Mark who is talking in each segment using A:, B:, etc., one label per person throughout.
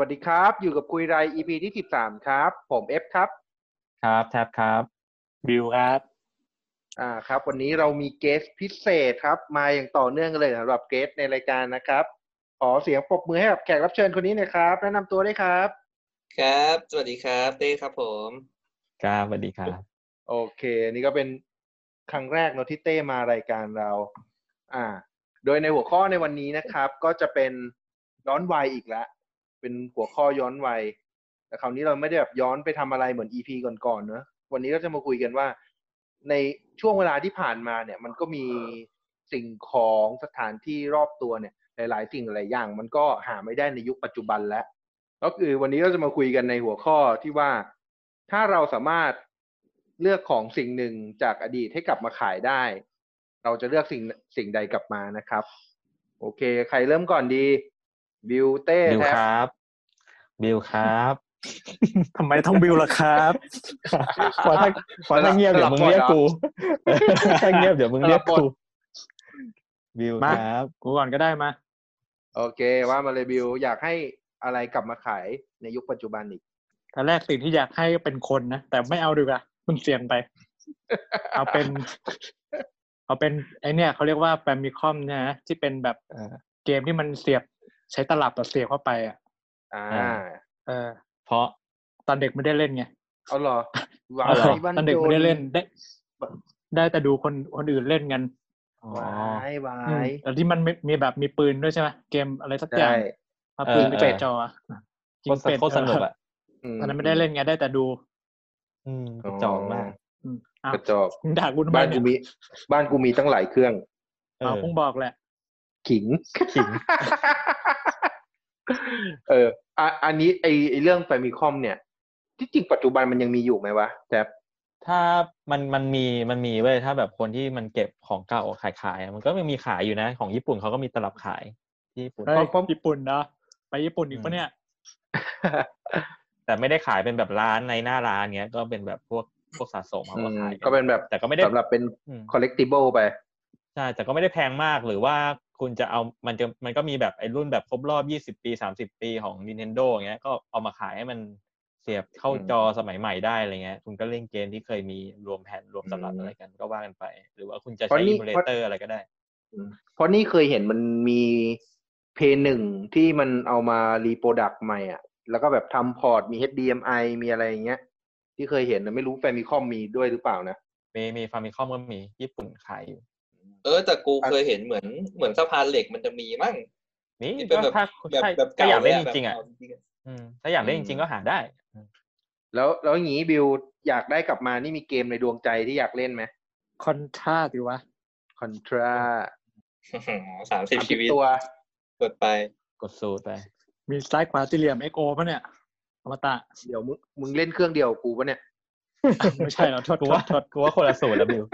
A: วัสดีครับ อยู่กับคุยไร EP ที่สิบสามครับ ผมเอฟครับ
B: ครับแท็บครับ
C: บิวครับ
A: อ่าครับ วันนี้เรามีเกสพิเศษครับ มาอย่างต่อเนื่องกันเลยสำหรับเกสในรายการนะครับ ขอเสียงปรบมือให้กับแขกรับเชิญคนนี้หน่อยครับ แนะนำตัวด้วยครับ
D: ครับ สวัสดีครับ เต้ครับผม
B: ครับสวัสดีครับ
A: โอเค อันนี่ก็เป็นครั้งแรกเนอะที่เต้มารายการเรา อ่า โดยในหัวข้อในวันนี้นะครับ ก็จะเป็นย้อนวัยอีกแล้ว เป็นหัวข้อย้อนวัย แต่คราวนี้เราไม่ได้แบบย้อนไปทำอะไรเหมือน EP ก่อนๆเนอะวันนี้ก็จะมาคุยกันว่า ในช่วงเวลาที่ผ่านมาเนี่ย มันก็มีสิ่งของสถานที่รอบตัวเนี่ย หลาย ๆ สิ่งหลายอย่าง มันก็หาไม่ได้ในยุคปัจจุบันแล้ว ก็คือวันนี้เราจะมาคุยกันในหัวข้อที่ว่าถ้าเราสามารถเลือกของสิ่งหนึ่งจากอดีตให้กลับมาขายได้ เราจะเลือกสิ่งสิ่งใดกลับมานะครับ โอเค ใครเริ่มก่อนดี บิวเต้
B: บิว
A: แท็
B: ค
A: บ
B: รับ บิวครับ
C: ทำไมต้องบิวล่ะ ครับ
B: พอถ้าพอถ้าเงียบเดี๋ยวมึงเรียกกู ถ้าเงียบเดี๋ยวมึงเรียกกูบิวครับ
C: กูก่อนก็ได้มา
A: โอเค ว่ามาเลยบิวอยากให้อะไรกลับมาขายในยุคปัจจุบันอีก
C: ตอนแรกสิ่งที่อยากให้เป็นคนนะ แต่ไม่เอาดีกว่ามันเสี่ยงไป เอาเป็น เอาเป็นไอเนี่ยเขาเรียกว่าแปมิคอมเนี่ยนะที่เป็นแบบ
B: เออ
C: เกมที่มันเสียบใช้ตลับอะเสียบเข้าไปอ่ะ
A: อ่า
B: อ่า
C: เออ
B: เพราะ
C: ตอนเด็กไม่ได้เล่นไง
A: เอาเหรอหวัง
B: เอาเหรอ
A: ไว้บ้าน
C: ตอนเด็กไม่ได้เล่นได้
A: โดน
C: ได้แต่ดูคนคนอื่นเล่นกัน
B: อ๋อ
A: วายวา
C: อืม
A: ย
C: แต่ที่มันมีมีแบบมีปืนด้วยใช่ไหมเกมอะไรสักอย่าง
A: ใช่
C: เอาปืน
B: เออ
C: ไป
B: เออ
C: จ่อจออะยิงเป็ด
B: โคตรสนุกอ่ะ
A: อื
C: ตอนนั้นไม่ได้เล่นไงได้แต่ดู
B: อืมกระจอกมาก
C: อืมอ้าว
A: กระจอก
C: มึงด่ากูทำไม
A: บ้าน
C: เนี่
A: กู
C: ย
A: มี บ้านกูมีตั้งหลายเครื่อง
B: เอ
C: เอา
B: อ
C: เพิ่งบอกแหละ
A: ขิง
B: ขิง
A: เอออ่ะอันนี้ไอไอเรื่องไฟมิคอมเนี่ย ที่จริงปัจจุบันมันยังมีอยู่ไหมวะแต่
B: ถ้ามันมันมีมันมีเว้ยถ้าแบบคนที่มันเก็บของเก่าขายขายอะมันก็มีขายอยู่นะ ของญี่ปุ่นเขาก็มีตลับขายที่ญี่ปุ่น
C: เฮ้ยญี่ปุ่นเนาะไปญี่ปุ่นอีกปะเนี่ย
B: แต่ไม่ได้ขายเป็นแบบร้านในหน้าร้านเงี้ย ก็เป็นแบบพวกพวกสะสมเขาก็ขาย
A: ก็เป็นแบบ
B: แต่ก็ไม่ได้
A: สำหรับเป็น
B: อืม
A: collectible ไป
B: ใช่แต่ก็ไม่ได้แพงมากหรือว่าคุณจะเอามันจะมันก็มีแบบไอ้รุ่นแบบครบรอบ 20 ปี 30 ปีของ Nintendo เงี้ยก็เอามาขายให้มันเสียบเข้าจอสมัยใหม่ได้อะไรเงี้ยคุณก็เล่นเกมที่เคยมีรวมแผ่นรวมตลับ
A: อืม
B: อะไรกันก็ว่ากันไป หรือว่าคุณจะ
A: เพ
B: ใช้
A: ราะนี่
B: อิมูเลเตอร์อะไรก็ได้
A: เพราะนี่เคยเห็นมันมีเพย์หนึ่งที่มันเอามารีโปรดักต์ใหม่อ่ะ แล้วก็แบบทำพอร์ตมี HDMI มีอะไรอย่างเงี้ย ที่เคยเห็นนะไม่รู้แฟมิคอมมีด้วยหรือเปล่านะ
B: มีมีฟาร์มิคอมก็มีญี่ปุ่นขายอยู่
D: เออ แต่กูเคยเห็นเหมือนเหมือนสะพานเหล็กมันจะมีมั่ง
B: มี
D: ที่เป็น
B: ก็
D: แบบ
B: ถ้า
D: แบบ
B: ใช่
D: แบบ
B: ถ้า
D: เก่า
B: อยาก
D: เล
B: เล่
D: ย
B: น
D: อะ
B: จ
D: แบบ
B: ริงๆอ่ะ
D: เก่าจริงๆอะ
B: อืมถ้าอยากเล่นจริงๆก็หาได้
A: แล้วแล้วอย่างงี้บิวอยากได้กลับมานี่มีเกมในดวงใจที่อยากเล่นไหม
C: คอนท่าสิวะ
A: คอนทรา
D: สามสิบชีวิต
A: ตัว
D: กดไป
B: กดสูตรไป
C: มีซ้ายขวาสี่เหลี่ยมเอ็กโอปะเนี่ยอมตะ
A: เดี๋ยวมึงมึงเล่นเครื่องเดียวกูปะเนี่ย
C: ไม่ใช่เหรอโทษ
B: กู
C: โท
B: ว่า
C: ษโทษ
B: กูว่าคนละสูตรแล้วบิว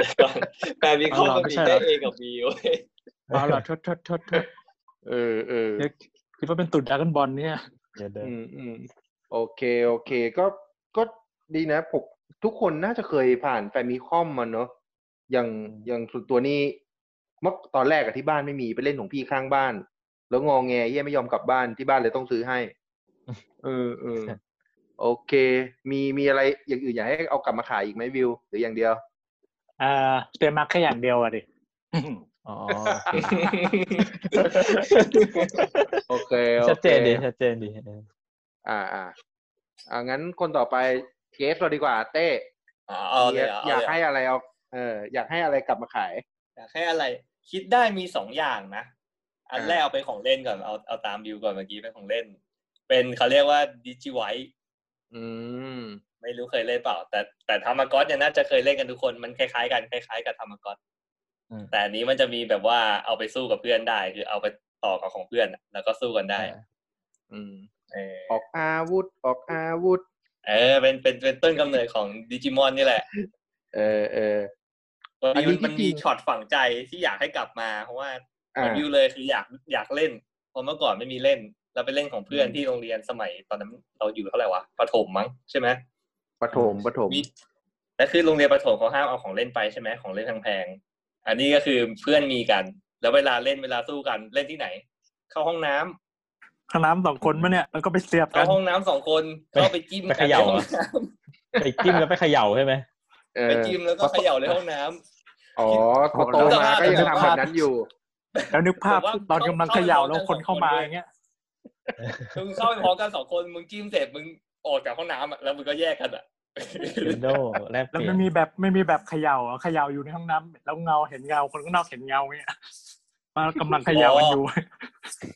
D: แต่มีข้อมันมี
C: เอาเหรอไม่ใช่เหรอ
D: เต้เองกับบิวเว้ย
C: เอาเหรอโทษโทษโทษโทษ
A: เออเออ
C: เดี๋ยวคิดว่าเป็นตุ่นดรากันบอลเนี่ย
B: เดี๋ยวเดิน
A: อืมอืมโอเคโอเคก็ก็ดีนะผมทุกคนน่าจะเคยผ่านแฟมิคอมมันเนอะอย่างอย่างส่วนตัวนี่เมื่อตอนแรกอะที่บ้านไม่มีไปเล่นของพี่ข้างบ้าน แล้วงองแงเหี้ยไม่ยอมกลับบ้านที่บ้านเลยต้องซื้อให้ เออเออโอเค มีมีอะไรอย่างอื่นอยากให้เอากลับมาขายอีกไหมวิว หรืออย่างเดียว
C: อ่าเตรียมมาแค่อย่างเดียวอะดิ
B: อ๋อ
A: โอเคโอค
B: ชัดเจนดีชัดเจนดีเออ
A: อ่าอ่าอ่างั้นคนต่อไปเกสเราดีกว่าเต้
D: เอาเลยเหรอ
A: อยาก
D: เเลเหร
A: ให้อะไรเอาเอออยากให้อะไรกลับมาขาย
D: อยากให้อะไร คิดได้มีสองอย่างนะ อัน
A: อ่า
D: แรกเอาเป็นของเล่นก่อนเอาเอาตามบิวก่อนเมื่อกี้เป็นของเล่น เป็นเขาเรียกว่าดิจิไว
A: อืม
D: ไม่รู้เคยเล่นเปล่า แต่แต่ธรรมกอสเนี่ยน่าจะเคยเล่นกันทุกคนมันคล้ายๆกันคล้ายๆกับธรรมกอส
B: อืม
D: แต่อันนี้มันจะมีแบบว่าเอาไปสู้กับเพื่อนได้ คือเอาไปต่อกับของเพื่อนอะแล้วก็สู้กันได้
A: อืม
D: เออ
A: ออกอาวุธ ออกอาวุธ
D: เออเป็นเป็นเป็นต้นกำเนิดของดิจิมอนนี่แหละ
A: เออเออ
D: วัน
A: อัน
D: นี้
A: นี้
D: มัน
A: ที่
D: มี
A: จริง
D: ช็อตฝังใจที่อยากให้กลับมาเพราะว่า
A: อ่า
D: วิวเลยคืออยากอยากเล่นเพราะเมื่อก่อนไม่มีเล่นเราไปเล่นของเพื่อน
A: อืม
D: ที่โรงเรียนสมัยตอนนั้นเราอยู่เท่าไหร่วะประถมมั้งใช่ไหม
A: ปฐมปฐม
D: มีแล้วคือโรงเรียนประถมเขาห้ามเอาของเล่นไปใช่ไหมของเล่นแพงๆอันนี้ ก็คือเพื่อนมีกัน แล้วเวลาเล่นเวลาสู้กันเล่นที่ไหน เข้าห้องน้ำ
C: ห้องน้ำสองคนมาเนี่ยแล้วก็ไปเสียบกั
D: เข้าน ห้องน้ำสองคนเข้าไปจิ้ม
B: ไปเขย่า
D: ในห้องน้
B: ไปจิ้มแล้วไปเขย่าใช่ไหม
A: เอ
D: ำ
A: อ
D: ไปจิ้มแล้วก็เขย่าในห้องน้ำ
A: อ๋อพอโตมาก็ยังทำแบบนั้นอยู่
C: แล้วนึกภาพ
D: ผมว่า
C: ตอนกำลังเขย่าแล้ว
D: เข้า
C: คนเข้ามา
D: เข้า
C: อย่างเงี้ย
D: มึงเข้าไปพร้อมกันสองคนมึงจิ้มเสร็จมึงออกจากห้องน้ำอะแล้วมึงก็แยกกันอ่ะ
B: Nintendo แลกเป
C: แล้ว
B: ลี่ย
C: ไม่
B: น
C: มีแบบไม่มีแบบเขย่าอ่ะเขย่าอยู่ในห้องน้ำแล้วเงาเห็นเงาคนข้างนอกเห็นเงาเงี้ย มากำลังเขย่ากันอยู่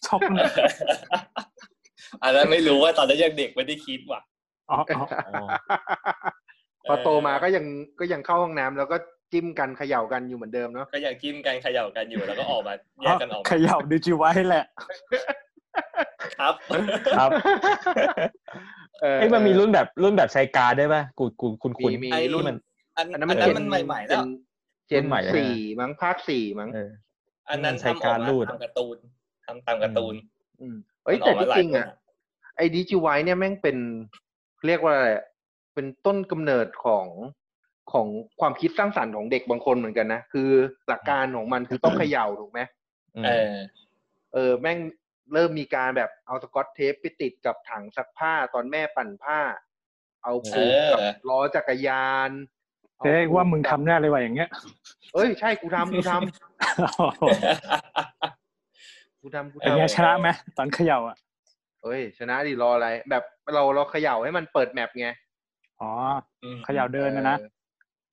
C: ช็อกเลย
D: อันนั้นไม่รู้ว่าตอนนั้นยังเด็กไม่ได้คิดว่ะ
C: อ๋ออ๋อ
B: อ๋อ
A: พอโตมาก็ยังก็ยังเข้าห้องน้ำแล้วก็จิ้มกันเขย่ากันอยู่เหมือนเดิมเนาะ
D: ก็ยังจิ้มกันเขย่ากันอยู่แล้วก็ออกมาแยกกันออก
C: เข
D: มา
C: ย่าดิจิไว้แหละ
D: ครับ
B: ครับ
A: เออ
B: เอ้ยมันมีรุ่นแบบรุ่นแบบใช้การดได้ป่ะกูกูคุณคุณ
A: มีมี
B: ไอ้รุ่น
D: รุ่
B: มัน
D: น อัน
A: อัน
D: อั
A: นั้นน
D: มั
A: มัน น
D: มันใหม่ๆ
A: เจ
D: แล้ว
A: นเจน
B: รุ่นใหม่แล้ว
A: สี่มั้งภาคสี่มั้ง
B: เออ
D: อันนั้น
B: มันใช้
D: ทำออก
B: การ
D: มา
B: รูด
D: ตามการ์ตูนทำตามการ์ตูน
A: อืมเอ้ย
D: มันอ
A: แต่
D: อกมา
A: ที่
D: หลาย
A: จริง
D: ตัว
A: อ่ะไอ้ดิจิไวเนี่ยแม่งเป็นเรียกว่าอะไรอะเป็นต้นกำเนิดของของความคิดสร้างสรรค์ของเด็กบางคนเหมือนกันนะ คือหลักการของมันคือต้องเขย่าถูกไหม
B: อืม
D: เออ
A: เออแม่งเริ่มมีการแบบเอาสกอตเทปไปติดกับถังซักผ้าตอนแม่ปั่นผ้า เอาผูกกับ
D: เออ
A: ล้อจักรยาน
C: เฮ้ย
A: อผูก
C: ว่ามึง
A: กับ
C: ทำแน่เลยว่ะอย่างเงี้ย
A: เอ้ยใช่กูทำกูทำกูทำกู
C: อย่าง
A: ทำ
C: เงี้ยชนะไหมตอนเขย่าอ่ะ
A: เอ้ยชนะดิรออะไร แบบเราเราเขย่าให้มันเปิดแมปไง
C: อ๋อ
D: อืม
C: เขย่าเดินนะนะ
A: ออ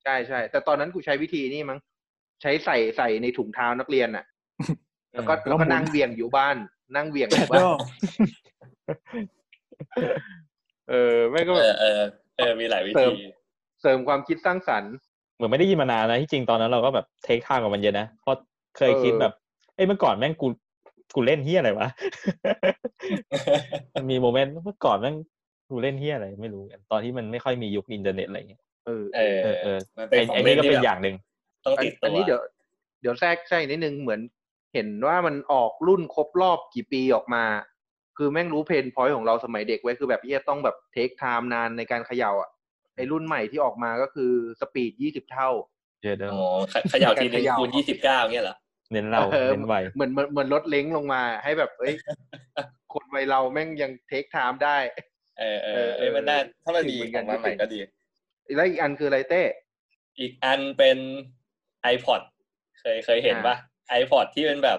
A: ใช่ใช่แต่ตอนนั้นกูใช้วิธีนี่มั้งใช้ใส่ใส่ในถุงเท้านักเรียน อ่ะ แล้วก็
C: เออแล้
A: แล้ววก็
C: ก็หมุน
A: นั่งเวียงอยู่บ้าน นั่งเวียงอยู่
C: โด
A: บ้านเออแม่งก็แบ
D: เอบ อเออเออมีหลายวิ
A: เติ
D: ธี
A: ม เสริมความคิดสร้างสรรค์
B: เหมือนไม่ได้ยินมานานนะที่จริงตอนนั้นเราก็แบบเทคทางกับมันเยอะนะเพราะเคยคิดแบบ เอ้ยเมื่อก่อนแม่งกูกูเล่นเฮียอะไรว ะ มันมีโมเมนต์เมื่อก่อนแม่งกูเล่นเฮียอะไรไม่รู้ ตอนที่มันไม่ค่อยมียุคอินเทอร์เน็ตอะไรอย่างเงี้ย
A: เออ
D: เออ
B: เออเออ
D: มันเป็น
B: ไอ้
D: ของ
B: ไอ้
D: เล่
B: นี่
D: น
B: ก็
D: ที่
B: เป็น
D: แบบ
B: อย่างหนึ่ง
D: ต้อง
A: อัน
D: ติดตั
A: อัน
D: ว
A: นี้เดี๋ยวเดี๋ยวแทรกใช่นิดนึงเหมือนเห็นว่ามันออกรุ่นครบรอบกี่ปีออกมา คือแม่งรู้เพนพอยของเราสมัยเด็กไว้คือแบบเฮียต้องแบบเทคไทม์นานในการเขย่าอ่ะไอรุ่นใหม่ที่ออกมาก็คือสปีดยี่สิบเท่า
B: เยอะเดิม
D: อ๋อเขย่าทีนึง
A: เขย่า
D: คูณยี่สิบเก้าเงี้ยเหรอ
B: เน้นเรา
A: เออ
B: เน้นไว
A: เหมือนเหมือนเหมือนลดเล้งลงมาให้แบบเอ้ย คนวัยเราแม่งยังเทคไทม์ได้
D: เออเอ
A: เอ
D: อ
A: อ
D: เอ้ยมันน่าถ้ามันมี
A: เหมือน
D: ข
A: กั
D: อนงมาใหม่
A: ก็
D: ก็
A: จริ
D: ดี
A: ง แล้วอีกอันคืออะไรเต้
D: อีกอันเป็น iPod เคยเคยเห็น
A: อ่า
D: ปะ iPod ที่เป็นแบบ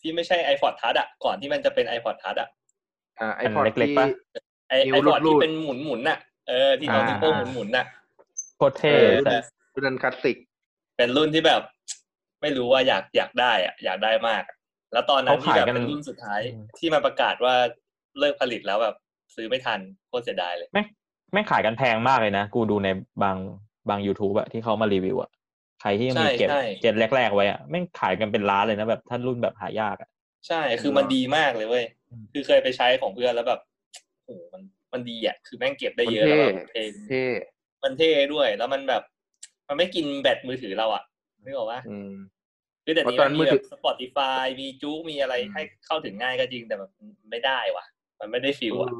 D: ที่ไม่ใช่ iPod Touch อะก่อนที่มันจะเป็น iPod Touch อะ
A: อ่าไอ
B: อัน
A: พอด
B: เล็ก
A: ที่
B: ๆปะ
D: ไอ
A: นิ้
D: ไอ
A: ว
D: พอด
A: รูดๆ
D: ที่เป็นหมุนหมุนๆน่ะเออที่เอา
A: อ่า
D: นิ้วโป้งหมุนหมุนๆน่ะ
B: โคตรเท่
D: เออ
B: แต่
A: รุ่นคลาสสิก
D: เป็นรุ่นที่แบบ ไม่รู้ว่าอยากอยากได้อะอยากได้มากอะแล้วตอนนั้นที่แบบเป็นรุ่นสุดท้าย ที่มันประกาศว่าเลิกผลิตแล้วแบบ ซื้อไม่ทันโคตรเสียดายเลย
B: แม่งขายกันแพงมากเลยนะ กูดูในบางบาง YouTube อะที่เขามารีวิวอะใครที่ยังมี
D: ใช่
B: เก็บ
D: ใช่
B: เก็บแรก ๆ ไว้อะแม่งขายกันเป็นล้านเลยนะแบบท่านรุ่นแบบหายากอะ
D: ใช่ คือมันดีมากเลยเว้ย
B: อืม
D: คือเคยไปใช้ของเพื่อนแล้วแบบ โอ้โห มัน มันดีอ่ะ คือแม่งเก็บได้
A: มัน
D: เยอะ
A: เท่
D: แล้วแบบเพลง
A: เท่
D: มันเท่ด้วย แล้วมันแบบ มันไม่กินแบตมือถือเราอ่ะ นึกออกปะ
A: อืม
D: คือแต่นี้
A: เพราะตอ
D: มัน น
A: มื
D: มี
A: อ
D: แบ
A: ถื
D: บ
A: อ
D: Spotify มีจู๊กมีอะไรให้เข้าถึงง่ายก็จริง แต่แบบไม่ได้ว่ะ มันไม่ได้ฟิลอ่ะ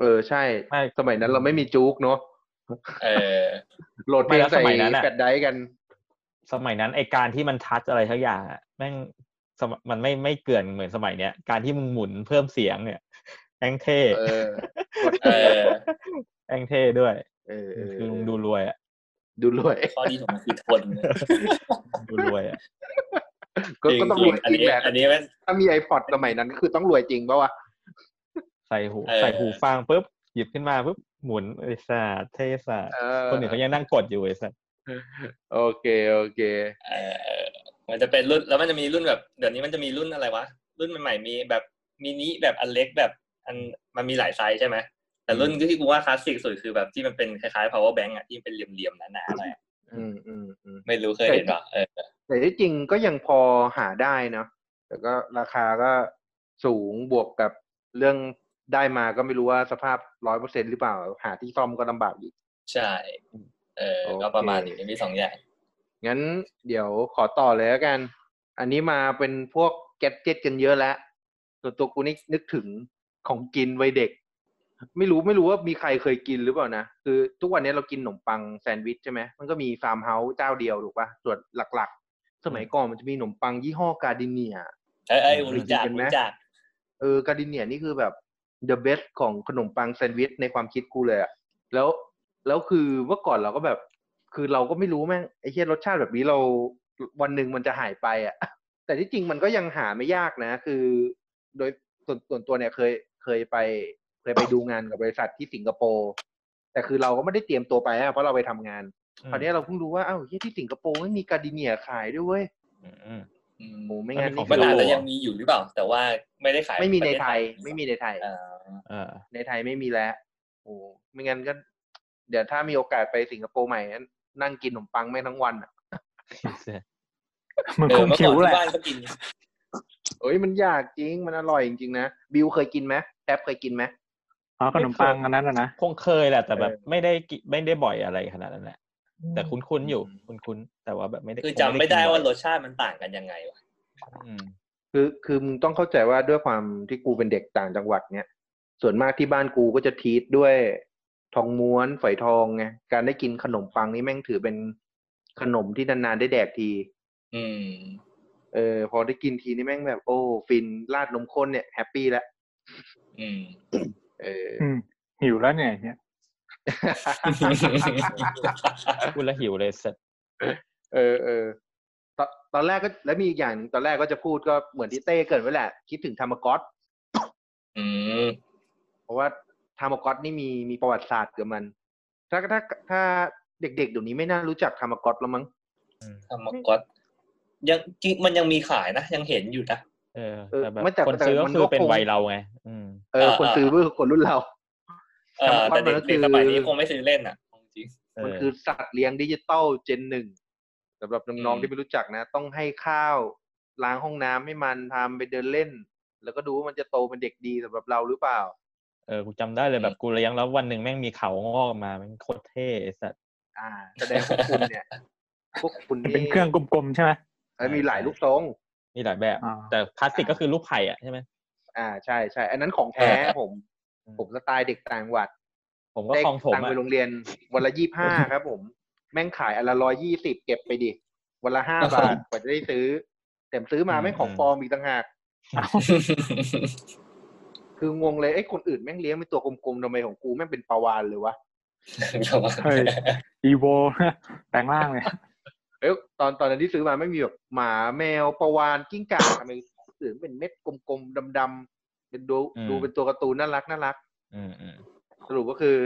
A: เออใช่
B: ไม่
A: สมัยนั้นเราไม่มีจุกเนาะ
D: เออ
A: โหลดเพลง
B: ไม่แล้ว
A: ใส่
B: สมัยนั้นอะ
A: แฟลชไดรฟ์กัน
B: สมัยนั้นไอการที่มันทัชอะไรทักอย่างอะแม่งสมมันไม่ไม่เกินเหมือนสมัยเนี้ย การที่มึงหมุนเพิ่มเสียงเนี่ยแองเท่
A: เออ
D: เอ อ
B: แองเท่ด้วย
A: เออเออ
B: คือมึงดูรวยอ่ะ
A: ดูรวย
D: ข้อดีของมันคือทน
B: ดูรวยอ่ะ
A: ก็
D: จริง
A: ก็ต้อง
D: จริ
A: รง วย
D: อัน
A: จริง
D: นี้
A: แหละ
D: อันนี้มัน
A: ถ้ามีไอพอดสมัยนั้นก็คือต้องรวยจริงปะวะ
B: ใส่หู
D: เออ
B: ใส่หูฟังปุ๊บหยิบขึ้นมาปุ๊บหมุนไอ้สัตว์เท่สัตว์
A: เออ
B: คนอื่นเขายังนั่งกดอยู่ไอ้สัตว์
A: โอเค โอเค
D: เออมันจะเป็นรุ่นแล้วมันจะมีรุ่นแบบ เดี๋ยวนี้มันจะมีรุ่นอะไรวะ รุ่นใหม่ๆมีแบบมินิแบบอันเล็กแบบอันมันมีหลายไซส์ใช่ไหมแต่รุ่นที่กูว่าคลาสสิกสุดคือแบบที่มันเป็นคล้ายๆ power bank อ่ะที่มันเป็นเหลี่ยมๆหนาๆหน่อยอะ
A: อืมอืมอืม
D: ไม่รู้เคยเห็นป่ะเออ
A: แต่ที่จริงก็ยังพอหาได้เนาะแต่ก็ราคาก็สูงบวกกับเรื่องได้มาก็ไม่รู้ว่าสภาพร้อยเปอร์เซ็นหรือเปล่า หาที่ซ่อมก็ลำบากอีก
D: ใช่เออ
A: โอเค
D: ก็ประมาณนี้มีสองอย่าง
A: งั้นเดี๋ยวขอต่อเลยแล้วกัน อันนี้มาเป็นพวกแกดเจิตกันเยอะแล้วส่วนตัวกูนี่นึกถึงของกินวัยเด็ก ไม่รู้ไม่รู้ว่ามีใครเคยกินหรือเปล่านะ คือทุกวันนี้เรากินขนมปังแซนด์วิชใช่ไหมมันก็มีฟาร์มเฮาส์เจ้าเดียวถูกปะส่วนหลักๆ สมัยก่อนมันจะมีขนมปังยี่ห้อกาดิเนีย
D: เอ้ยเอ้ย
A: อืม
D: รู้จั
A: จริงๆ
D: ก
A: เป็นไหม
D: รู้จัก
A: เออการดิเนียนี่คือแบบ the best ของขนมปังแซนด์วิชในความคิดกูเลยอะแล้วแล้วคือเมื่อก่อนเราก็แบบ คือเราก็ไม่รู้แม่งไอ้เหี้ยรสชาติแบบนี้เราวันหนึ่งมันจะหายไปอะ แต่ที่จริงมันก็ยังหาไม่ยากนะ คือโดยส่วนส่วนตัวเนี่ยเคยเคยไป เคยไปดูงานกับบริษัทที่สิงคโปร์แต่คือเราก็ไม่ได้เตรียมตัวไปอะเพราะเราไปทำงาน คราวเนี้ยเราเพิ่งรู้ว่าอ้าวเหี้ยที่สิงคโปร์ไม่มีการดิเนียขายด้วยเว้ย
B: อืมอืม
D: อืม
A: โอ้ไม่งั้น
B: มันมีของ
D: มันอาจ
A: คื
D: จะยังมีอยู่หรือเปล่า แต่ว่าไม่ได้ขาย
A: ไม่มีในไทย
D: ประเศ
A: ไม่มีในไทย
D: เอ่อ
B: เออ
A: ในไทยไม่มีแล้ว โอ้ไม่งั้นก็ เดี๋ยวถ้ามีโอกาสไปสิงคโปร์ใหม่นั้นนั่งกินขนมปังแม่งทั้งวันอ่ะ
C: มัน
D: เอ
C: ค
D: อง เมื่อ
C: คิ
D: ก่อ
C: วนแหละ
D: ที่บ้านก็กิน
A: เอ้ยมันอยากจริง มันอร่อยจริงๆนะ บิวเคยกินไหมแทบเคยกินไหม
C: อ๋อขนมปังอันนั้นอะนะ
B: คงเคยแหละ แต่แบบ
A: เออ
B: ไม่ได้กิไม่ได้บ่อยอะไรขนาดนั้นแหละ แต่คุ้นๆอยู่
D: อืม
B: คุ้นๆแต่ว่าแบบไม่ได้
D: คือจำไม่ได้ว่าร
B: ถ
D: สชาติมันต่างกันยังไงวะ
A: คือคือมึงต้องเข้าใจว่าด้วยความที่กูเป็นเด็กต่างจังหวัดเนี่ย ส่วนมากที่บ้านกูก็จะทีทด้วยทองม้วนฝอยทองไง การได้กินขนมปังนี่แม่งถือเป็นขนมที่นานๆได้แดกที
D: อืม
A: เออพอได้กินทีนี่แม่งแบบ โอ้ ฟินราดนมข้นเนี่ยแฮปปี้แล้ว
D: อืม
A: เออ
C: อืมหิวแล้วเนี่ยอย่างเนี่ย
B: พูดแล้วหิวเลยเสร็จ
A: เออเออตอนตอนแรกก็แล้วมีอีกอย่างหนึ่งตอนแรกก็จะพูดก็เหมือนที่เต้เกรินไว้แหละ คิดถึงธรรมก๊อต
D: อืม
A: เพราะว่าธรรมก๊อตนี่มีมีประวัติศาสตร์กับมัน ถ้าถ้าถ้าเด็กๆเดี๋ยวนี้ไม่น่ารู้จักธรรมก๊อตแล้วมั้ง
D: ทำมากอตยังจริงมันยังมีขายนะ ยังเห็นอยู่นะ
B: เออ
A: เออ
B: แต่แบบ
A: ไม่แต่
B: คน
A: แต่
B: ซื้อก็
A: มั
B: คือเป็น
A: ง
B: วัยเราไง อืม
A: เออ
D: เออ
A: คน
D: เออ
A: ซื้อคือคนรุ่นเรา
D: เออ
A: ทำมากอต
D: แต่เด็ก
A: มันก็คือ
D: เด็กสมัยนี้คงไม่ซื้อเล่นอ่ะจริง
A: มันคือสัตว์เลี้ยงดิจิตอลเจนหนึ่งสำหรับน้องๆที่ไม่รู้จักนะ ต้องให้ข้าวล้างห้องน้ำให้มันพามันไปเดินเล่น แล้วก็ดูว่ามันจะโตเป็นเด็กดีสำหรับเราหรือเปล่า
B: เออ กูจำได้เลยแบบกูเลี้ยงแล้ววันหนึ่งแม่งมีเขางอกมาแม่งโคตรเท่ไอ้สัตว์
A: อ่า แสดงว่าคุณเนี่ย พวกคุณ
C: เป็นเครื่องกลมๆใช่ไหม
A: เอ้ยมีหลายลูกทรง
B: มีหลายแบบ
C: อ่า
B: แต่พลาสติกก็คือรูปไผ่อะใช่ไหม
A: อ่าใช่ใช่อันนั้นของแท้
D: อ่า
A: ผม ผมสไตล์เด็กต่างจังหวัด
B: ผมก็
A: เต้
B: คลองถม
A: ตังค์
B: อะ
A: ไปโรงเรียน วันละยี่ห้าครับผม แม่งขายอันละร้อยยี่สิบเก็บไปดิ วันละห้าบาทกว่าจะได้ซื้อ แต่ซื้อมาแม่งของปลอมอีกต่างหาก
D: ๆ
A: คืองงเลยไอ้ยคนอื่นแม่งเลี้ยงเป็นตัวกลมๆทำไมของกูแม่งเป็นปลาวานเลยวะ
C: เฮ้ยอีโว แปลงร่างเลย
A: เอ้ยตอนตอนนั้นที่ซื้อมาไม่มีแบบหมาแมวปลาวานกิ้งก่าทำไมของอื่นเป็นเม็ดกลมๆดำๆเป็นดูดูเป็นตัวการ์ตูนน่ารักน่ารัก
B: อืมอืม
A: สรุปก็คือ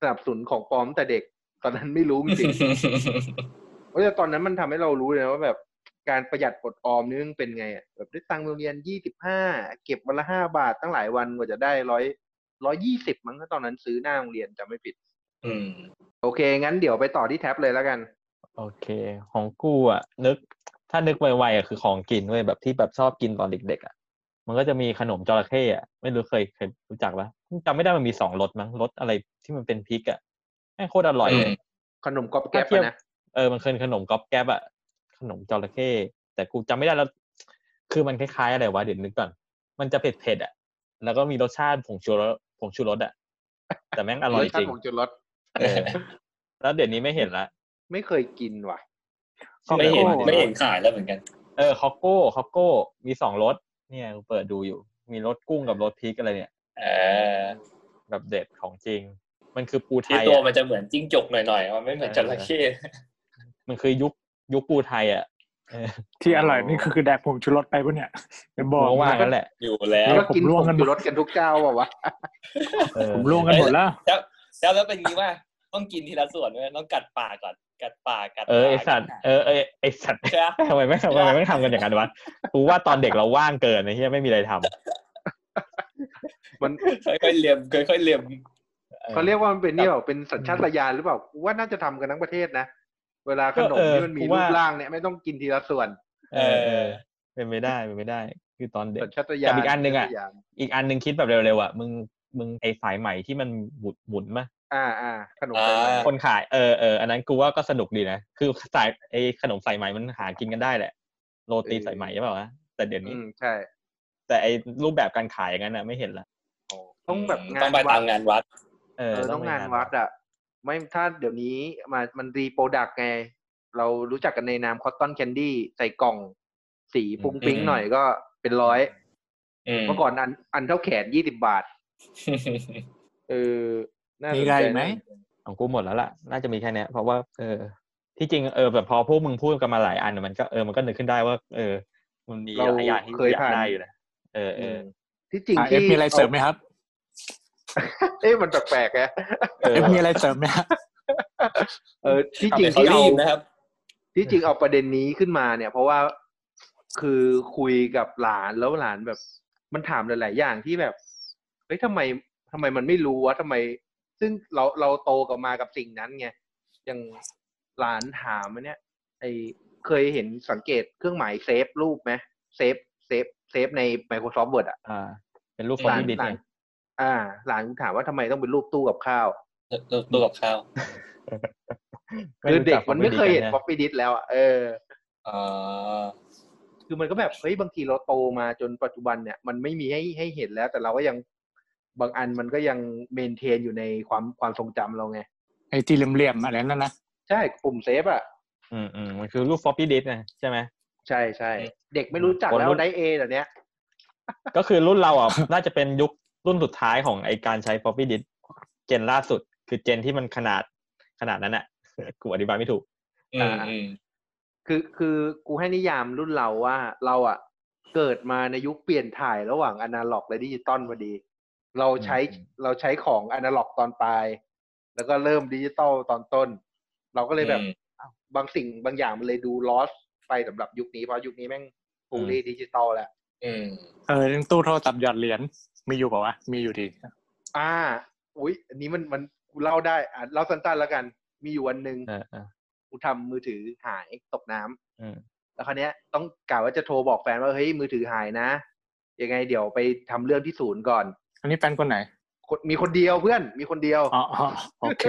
A: สนับสนุนของปลอมตั้งแต่เด็ก ตอนนั้นไม่รู้จริงๆ เพราะแต่ตอนนั้นมันทำให้เรารู้เลยนะว่าแบบการประหยัดอดออมนี่มันเป็นไงอะแบบได้ตังค์โรงเรียนยี่สิบห้าเก็บวันละห้าบาทตั้งหลายวันกว่าจะได้ร้อยร้อยี่สิบมั้งถ้าตอนนั้นซื้อหน้าโรงเรียนจำไม่ผิด
D: อืม
A: โอเค งั้นเดี๋ยวไปต่อที่แท็บเลยแล้วกัน
B: โอเค ของกูอะนึก ถ้านึกไวๆอะคือของกินเว้ยแบบที่แบบชอบกินตอนเด็กๆอะมันก็จะมีขนมจระเข้อะไม่รู้เคยเคยรู้จักปะจำไม่ได้มันมีสองรสมั้งรสอะไรที่มันเป็นพริกอะแม่งโคตรอร่อยเลย
A: ขนมก๊อบแก๊บ
B: ถ้าเทียบ
A: อะนะ
B: เออ มันเคยขนมก๊อบแก๊บอะขนมจระเข้แต่กูจำไม่ได้แล้ว คือมันคล้ายๆอะไรวะเดี๋ยวนึกก่อน มันจะเผ็ดๆอะแล้วก็มีรสชาติผงชูรสผงชูรสอะแต่แม่งอร่อย
A: ส
B: จ
A: ชา
B: ริ
A: ติ
B: ง
A: ของจุดรส
B: เออแล้วเดี๋ยวนี้ไม่เห็นละ
A: ไม่เคยกินว่ะ
C: ก็
D: ไม่เห็น
C: โก้
D: ไม่เห็นขายแล้วเหมือนกัน
B: เออคอกโก้คอกโก้มีสองรสเนี่ยกูเปิดดูอยู่ มีรสกุ้งกับรสพริกอะไรเนี่ย
D: เออ
B: แบบเด็ดของจริง มันคือปูไท
D: ที่
B: ย
D: ตัว
B: อะ
D: มันจะเหมือนจิ้งจกหน่อยๆมันไม่เหมือนจระเข้
B: มันคือยุคยุคปูไทยอ่ะเออ
C: ที่อร่อยนี่คือแดกผงชูรสไปปะเนี่ยเดี๋ยวบอก
B: มองว่า
C: กั
B: งั้นแหละ
D: อยู่แล้ว
A: ก็กินผงจุดรสกันทุกเจ้าว่ะวะ
B: เออ
C: ผมร่วงกันหมดแล้ว
D: แล้วแล้วแล้วเป็นงี้ว่าต้องกินทีละส่วนเลยต้องกัดปากก่อน กัดปากกัด
B: เออไอ
D: ปาก
B: สัตว์เออเออไอสัตว์
D: ใช่ปะ
B: ทำไมไม่ทำไมไม่ทำกันอย่างนั้นวะกูว่าตอนเด็กเราว่างเกินไอ้เหี้ยไม่มีอะไรท
A: มัน
D: ค่อยๆเลียมค่อยๆเลียม
B: ำ
A: เขาเรียกว่ามันเป็นนี่เปล่าเป็นสัญชาตญาณหรือเปล่ากูว่าน่าจะทำกันทั้งประเทศนะ เวลาขนม
B: ก็เออ
A: ที่มันมี
B: กู
A: รู
B: ว่า
A: ปร่างเนี่ยไม่ต้องกินทีละส่วน
B: เออเออเป็นไม่ได้เป็นไม่ได้ คือตอนเด็ก
A: สัญชาตญา
B: กั
A: ณ
B: บอีกอันหนึ่งอะ
A: สัญชาตญาณ
B: อีกอันหนึ่งคิดแบบเร็วๆอ่ะมึงมึงไอสายใหม่ที่มันหมุนหมุนมา
A: อ่าอ่าขนม
D: อ่า
A: ไทย
B: คนขายเออเอออันนั้นกูว่าก็สนุกดีนะคือสายไอขนมสายใหม่มันหากินกันได้แหละ โรตีสายใหม่ใช่เปล่าวะแต่เดี๋ยวนี้
A: อืมใช่
B: แต่ไอรูปแบบการขายอย่างนั้นอ่ะไม่เห็นละ
A: ต้องแบบงา
D: ต้อน งไป
A: วั
D: ตา
A: ด
D: มงานวัด
B: เอ
A: เอ
B: อ
A: อต้อง
B: ไป
A: งานวัดอ่ะ ไม่ถ้าเดี๋ยวนี้มามันรีโปรดักไง เรารู้จักกันในนามคอตตอนแคนดี้ใส่กล่อง สีปุ้งปิ้ง
D: อืม
A: หน่อยก็เป็นร้อย
D: อืม
A: เมื่อก่อนอันอันเท่าแขนยี่สิบบาท เออน่าสน
C: มี
A: ใจ
C: อะไรอีกไหม
B: ของกูหมดแล้วล่ะ น่าจะมีแค่เนี้ยเพราะว่า เออ ที่จริงเออแบบพอพวกมึงพูดกันมาหลายอันน่ะมันก็เออมันก็นึกขึ้นได้ว่า เออ มันมีหลายอย่างที่กูอยากได้อยู่นะเออเออ
A: ที่จริง
C: อ่ะเอ
A: ที่
C: ฟมีอะไรเสริมไหมครับ
A: เอ๊ะมันแปลกๆแฮะ
B: เออ
C: เอฟมีอะไรเสริมไหมฮะ
A: เออที่จ
D: ทำ
A: ริง
D: ให้เขา
A: ที่
D: รี
A: เอา
D: บนะครับ
A: ที่จริงเอาประเด็นนี้ขึ้นมาเนี่ย เพราะว่าคือคุยกับหลานแล้วหลานแบบ มันถามหลาย ๆ อย่างที่แบบเฮ้ยทำไมทำไมมันไม่รู้วะทำไม ซึ่งเราเราโตกับมากับสิ่งนั้นไงอย่างหลานถามอันเนี่ย ไอเคยเห็นสังเกตเครื่องหมายเซฟรูปไหมเซฟเซฟเซฟใน Microsoft Word อะ
B: อ่า เป็นรูปฟ
A: ห
B: อ
A: ลาน
B: ต์บิด
A: หลา
B: ไง
A: นอ่า หลานถามว่าทำไมต้องเป็นรูปตู้กับข้าว
D: รูปรูปกับข้าว
A: คือเด็กมันไม่เคยเห็น
B: รู้จั
A: ฟอปปี้ดิสแล้วอะเออ
D: อ๋อ
A: คือมันก็แบบเฮ้ยบางทีเราโตมาจนปัจจุบันเนี่ยมันไม่มีให้ให้เห็นแล้ว แต่เราก็ยังบางอันมันก็ยังเมนเทนอยู่ในความความทรงจำเราไง
C: ไอ้ที่เหลี่ยมๆอะไรนั่นนะ
A: ใช่ปุ่มเซฟอ่ะ
B: อืมอืมมันคือรูปฟอปปี้ดิสไงใช่ไหม
A: ใช่ใช่เด็กไม่รู้จัก
B: คน
A: แล้ว
B: รุ่น
A: ได้เอแต่เนี้ย
B: ก็คือรุ่นเราอ่ะ น่าจะเป็นยุครุ่นสุดท้ายของไอการใช้ฟอปปี้ดิสเจนล่าสุด คือเจนที่มันขนาดขนาดนั้นอ่ะ กูอธิบายไม่ถูก
D: อืมอืม
A: คือคือกูให้นิยามรุ่นเราว่าเราอ่ะเกิดมาในยุคเปลี่ยนถ่ายระหว่างอนาล็อกและดิจิตอลพอดี เราใช้
B: อืม
A: เราใช้ของอนาล็อกตอนปลาย แล้วก็เริ่มดิจิตอลตอนต้น เราก็เลยแบบ
D: อืม
A: อ้าวบางสิ่งบางอย่างมันเลยดูลอสไปสำหรับยุคนี้เพราะยุคนี้แม่งฟูลี่ดิจิตอลแล้ว
D: อืม
C: เออเรื่องตู้โทรศัพท์หยอดเหรียญมีอยู่เปล่าวะมีอยู่ดี
A: อ่า อุ้ยอันนี้มันมันกูเล่าได้อ่ะเล่าสั้นๆแล้วกัน มีอยู่วันหนึ่ง
B: เออเออ
A: กูทำมือถือหายตกน้ำ
B: อืม
A: แล้วคราวเนี้ยต้องกล่าวว่าจะโทรบอกแฟนว่าเฮ้ยมือถือหายนะยังไงเดี๋ยวไปทำเรื่องที่ศูนย์ก่อน
C: อันนี้แฟนคนไหน
A: คนมีคนเดียวเพื่อน มีคนเดียว
C: อ๋ ออ๋อโอเค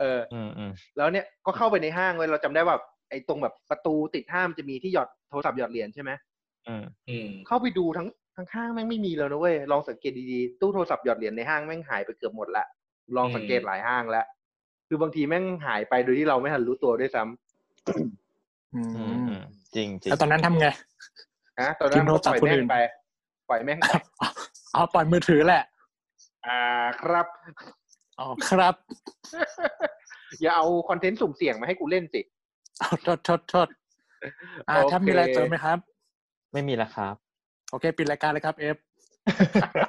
A: เออ
B: อืมอืม
A: แล้วเนี่ยก็เข้าไปในห้างเลยเราจำได้ว่าไอ้ตรงแบบประตูติดห้ามจะมีที่หยอดโทรศัพท์หยอดเหรียญใช่ไหม
B: อืม
D: อืม
A: เข้าไปดูทั้งทั้งห้างแม่งไม่มีแล้วนะเว้ย ลองสังเกตดีๆ ตู้โทรศัพท์หยอดเหรียญในห้างแม่งหายไปเกือบหมดละ ลองสังเกต
D: อืม
A: หลายห้างแล้ว คือบางทีแม่งหายไปโดยที่เราไม่ทันรู้ตัวด้วยซ้ำ
C: อื
B: อืม
C: ม
B: อืมจริงจริง
C: แล้วตอนนั้นทำไง
A: นะตอนนั้น
C: ทิ้งโท
A: ก็
C: รศั
A: ป
C: พท์
A: ล่อย
C: คน
A: แม่
C: อื่
A: ง
C: น
A: ไป ปล่อยแม่งไป
C: อ๋อปล่อยมือถือแหละ
A: อ่าครับ
C: อ๋อครับ
A: อย่าเอาคอนเทนต์สุ่มเสี่ยงมาให้กูเล่นสิ
C: เอาโทษโทษโทษอ่า
A: โอเค
C: ถ้ามีอะไรเติมไหมครับ
B: ไม่มีแล้วครับ
C: โอเค ปิดรายการเลยครับเอฟ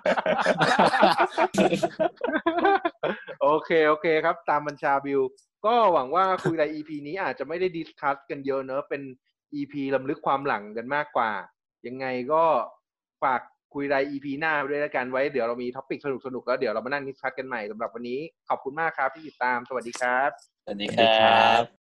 A: โอเค โอเคครับ ตามบัญชาบิว ก็หวังว่าคุยใน EP นี้อาจจะไม่ได้ดิสคัสกันเยอะเนอะเป็น EP ลำลึกความหลังกันมากกว่า ยังไงก็ฝากคุยใน EP หน้าด้วยละกันไว้เดี๋ยวเรามีท็อปิกสนุกสนุกๆแล้วเดี๋ยวเรามานั่งดิสคัสกันใหม่สำหรับวันนี้ ขอบคุณมากครับที่ติดตามสวัสดีครับ
D: สวัสดี
B: ส
D: ค
B: วัส
D: ร
B: ดีครั
D: ับ
B: บ